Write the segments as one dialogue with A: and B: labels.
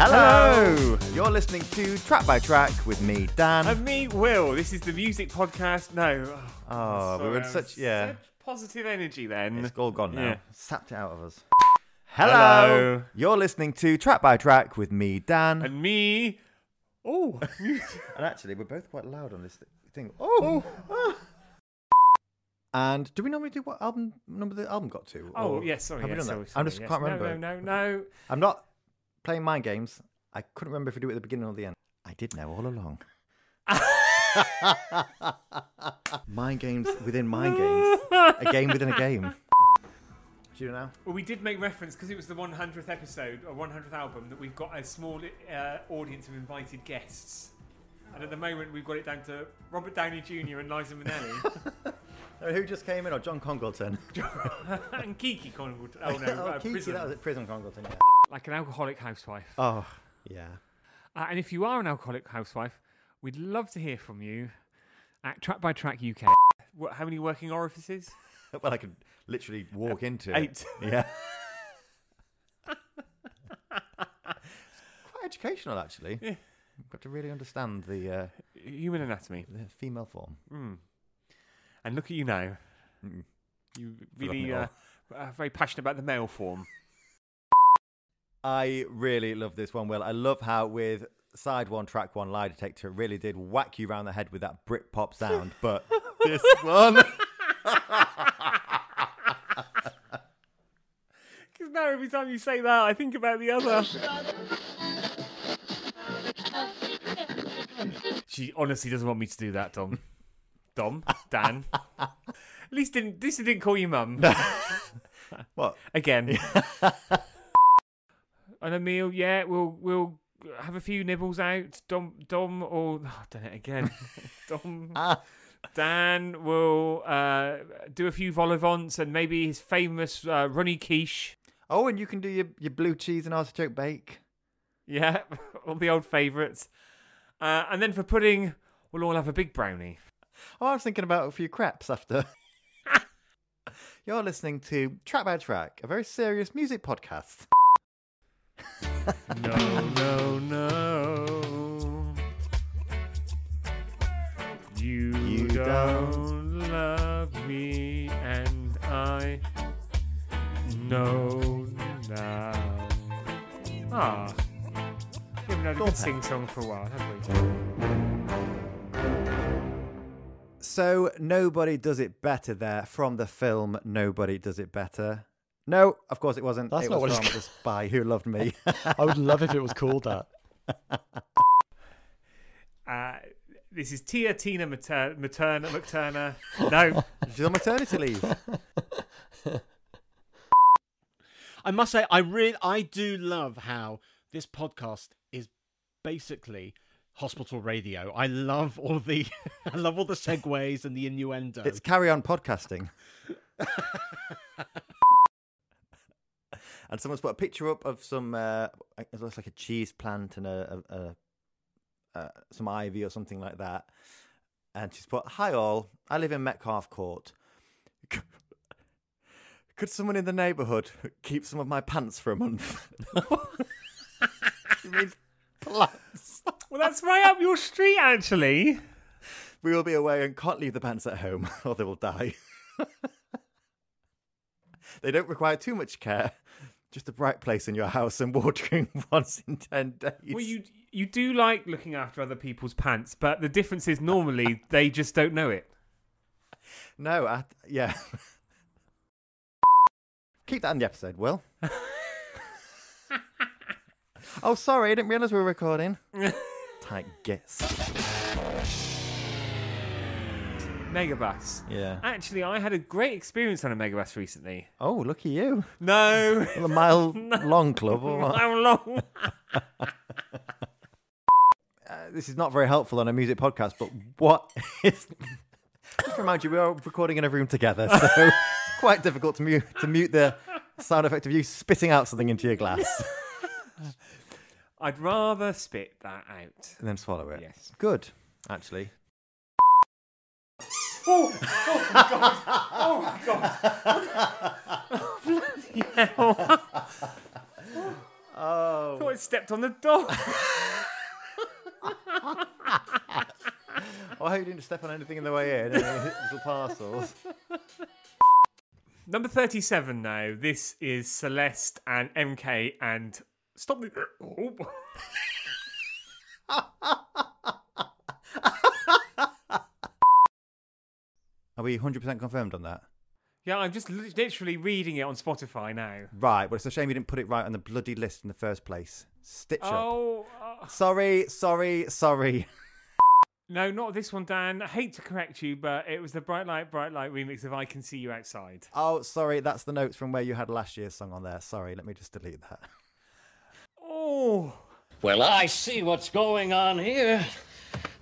A: Hello. You're listening to Track by Track with me, Dan.
B: And me, Will. This is the music podcast. No.
A: Oh, we were in such- yeah.
B: positive energy then.
A: It's all gone now.
B: Yeah.
A: Sapped it out of us. Hello.
B: Hello.
A: You're listening to Track by Track with me, Dan. And,
B: And me. Oh,
A: actually, we're both quite loud on this thi- thing. Oh. and do we normally do what album number the album got to?
B: oh
A: Or
B: yes. sorry.
A: Have
B: yes,
A: we done
B: sorry,
A: that?
B: sorry,
A: I just
B: yes.
A: can't remember.
B: No, no, no, no.
A: I'm not playing mind games. I couldn't remember if we do it at the beginning or the end. I did know all along. mind games within mind games. A game within a game. Do you know?
B: Well, we did make reference because it was the 100th episode or 100th album that we've got a small uh, audience of invited guests. And at the moment, we've got it down to Robert Downey Jr. and Liza Minnelli
A: now? Who just came in? Or John Congleton?
B: and Kiki Conwood. Oh no,
A: oh,
B: uh,
A: Kiki,
B: prison.
A: that was it. Prison Congleton. Yeah.
B: like an alcoholic housewife.
A: Oh, yeah.
B: Uh, and if you are an alcoholic housewife, we'd love to hear from you at Track by Track UK. What, how many working orifices?
A: Well, I could literally walk into it.
B: Uh, Eight.
A: Yeah. Quite educational, actually.
B: Yeah.
A: Got to really understand the, uh,
B: Human anatomy.
A: the female form.
B: Mm. And look at you now.
A: Mm.
B: You
A: Forgotten
B: really
A: it
B: uh, are very passionate about the male form.
A: I really love this one, Will. I love how with side one, track one, lie detector, it really did whack you round the head with that Britpop sound. But this one,
B: Because now every time you say that, I think about the other. she honestly doesn't want me to do that, Dom. Dom, Dan. At least didn't, this didn't call you mum.
A: what?
B: again. On a meal, yeah, we'll we'll have a few nibbles out. Dom Dom or oh, I've done it again. Dom
A: Ah.
B: Dan will uh, do a few vol vivants and maybe his famous uh, runny quiche.
A: Oh, and you can do your, your blue cheese and artichoke bake.
B: Yeah, all the old favourites. Uh, and then for pudding, we'll all have a big brownie.
A: Oh, I was thinking about a few crepes after. You're listening to Track by Track, a very serious music podcast.
B: No, no, no. You,
A: You
B: don't,
A: don't.
B: love me, and I know now. Ah, we haven't had a
A: Go on,
B: good
A: Pat.
B: sing song for a while, have we?
A: So, Nobody Does It Better there from the film Nobody Does It Better. No, of course it wasn't.
C: That's
A: it
C: not
A: was
C: what
A: from
C: it's
A: The Spy Who Loved Me.
C: I would love if it was called that.
B: Uh, this is Tia Tina Mater- Materna Materna. no,
A: She's on maternity leave.
C: I must say, I really, I do love how this podcast is basically hospital radio. I love all the, I love all the segues and the innuendo.
A: It's carry on podcasting. and someone's put a picture up of some, uh, it looks like a cheese plant and a, a, a, uh some ivy or something like that. And she's put, "Hi all, I live in Metcalf Court. Could someone in the neighbourhood keep some of my pants for a month?" she means plants.
B: well that's right up your street actually.
A: We will be away and can't leave the pants at home, or they will die. they don't require too much care. Just a bright place in your house and watering once in 10 days.
B: Well, you you do like looking after other people's pants, but the difference is normally they just don't know it.
A: No, I, yeah. Keep that in the episode, Will. oh, sorry, I didn't realise we were recording. Tight gits.
B: Megabus.
A: Yeah.
B: Actually, I had a great experience on a megabus recently.
A: Oh, look at you.
B: No,
A: The mile long club. Or what?
B: how long?
A: this is not very helpful on a music podcast, but what is Just to remind you, we are recording in a room together, so it's quite difficult to mute to mute the sound effect of you spitting out something into your glass
B: I'd rather spit that out.
A: and then swallow it.
B: Yes.
A: Good, actually.
B: Oh, oh my god! Oh my god! Bloody hell! I
A: Oh,
B: thought it stepped on the door.
A: Oh, I hope you didn't step on anything in the way in. any Little parcels.
B: Number 37 now. This is Celeste and MK and. Stop the. Oh.
A: Are we 100% confirmed on that?
B: Yeah, I'm just li- literally reading it on Spotify now.
A: Right, well, it's a shame you didn't put it right on the bloody list in the first place. Stitch up.
B: Oh. uh,
A: Sorry, sorry, sorry.
B: no, not this one, Dan. I hate to correct you, but it was the Bright Light, Bright Light remix of I Can See You Outside.
A: Oh, sorry, that's the notes from where you had last year's song on there. Sorry, let me just delete that.
B: Oh.
D: Well, I see what's going on here.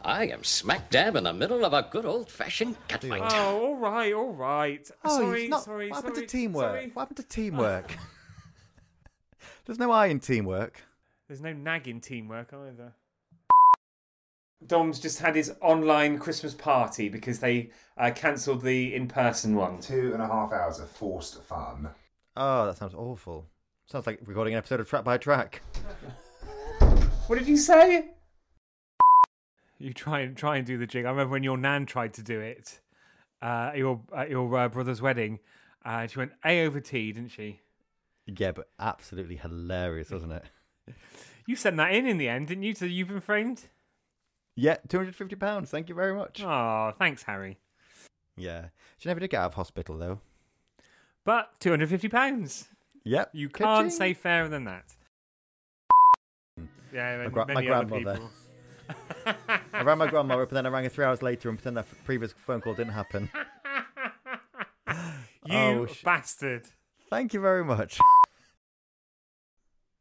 D: I am smack dab in the middle of a good old fashioned
B: Oh,
D: catfight.
B: all right, all right.
A: Oh,
B: sorry,
A: it's not,
B: sorry,
A: what happened
B: sorry,
A: to teamwork?
B: sorry.
A: What happened to teamwork? There's no I in teamwork.
B: There's no nagging teamwork either. Dom's just had his online Christmas party because they uh, cancelled the in person one.
E: Two and a half hours of forced fun.
A: Oh, that sounds awful. Sounds like recording an episode of Track by Track.
B: What did you say? You try and try and do the jig. I remember when your nan tried to do it uh, at your at your uh, brother's wedding. Uh, she went A over T, didn't she?
A: Yeah, but absolutely hilarious, wasn't it?
B: You sent that in in the end, didn't you? So you've been framed.
A: Yeah, two hundred fifty pounds. Thank you very much.
B: Oh, thanks, Harry.
A: Yeah, she never did get out of hospital though.
B: But two hundred fifty pounds.
A: Yep,
B: You can't
A: Ka-ching.
B: say fairer than that. Yeah, and
A: gra- my
B: many other
A: grandmother.
B: people.
A: I rang my grandma up, and then I rang her three hours later and pretend that previous phone call didn't happen.
B: You
A: Oh, sh-
B: bastard.
A: Thank you very much.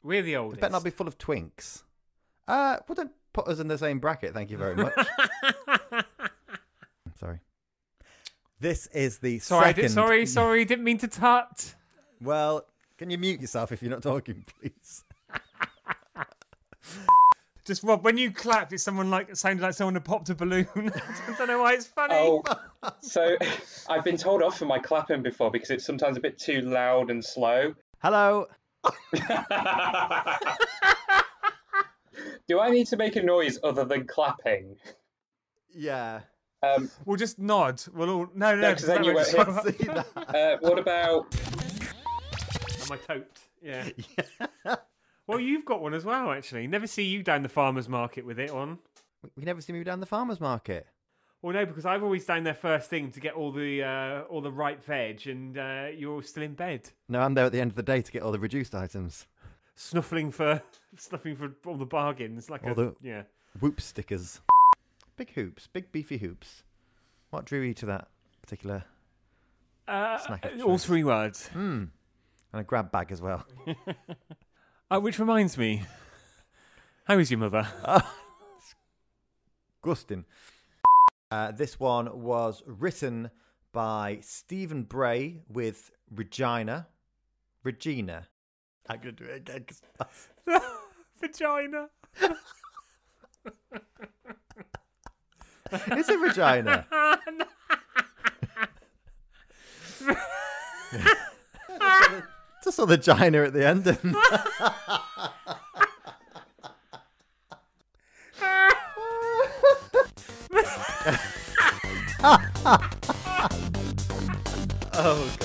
B: We're the
A: It
B: oldest.
A: better not be full of twinks. Uh, well, don't put us in the same bracket. Thank you very much. sorry. This is the
B: sorry, I
A: second.
B: did, sorry, sorry, didn't mean to tut.
A: Well, can you mute yourself if you're not talking, please?
B: Just Rob, when you clapped, it someone like it sounded like someone had popped a balloon. I don't know why it's funny.
F: Oh, so I've been told off for my clapping before because it's sometimes a bit too loud and slow.
A: Hello.
F: Do I need to make a noise other than clapping?
A: Yeah.
F: Um,
B: We'll just nod. We'll all no, no.
F: No, 'cause then
B: that
F: you
B: makes-
F: won't
A: See that?
F: uh, what about?
B: Am I toped? Yeah. well, you've got one as well, actually. Never see you down the farmers market with it on.
A: We never see me down the farmers market.
B: Well, no, because I've always down there first thing to get all the uh, all the ripe veg, and uh, you're still in bed,
A: No, I'm there at the end of the day to get all the reduced items.
B: snuffling for snuffling for all the bargains, like
A: All
B: a,
A: the-
B: yeah.
A: Whoop stickers. Big hoops, big beefy hoops. What drew you to that particular?
B: Uh,
A: Snack of
B: all
A: choice. Hmm.
B: three words.
A: And a grab bag as well.
B: Uh, which reminds me, how is your mother?
A: Uh, Gustin. Uh, this one was written by Stephen Bray with Regina. Regina. I'm going to do it again 'cause that's-
B: Vagina.
A: Is it Regina? Just saw the Gina at the end. and- oh, God.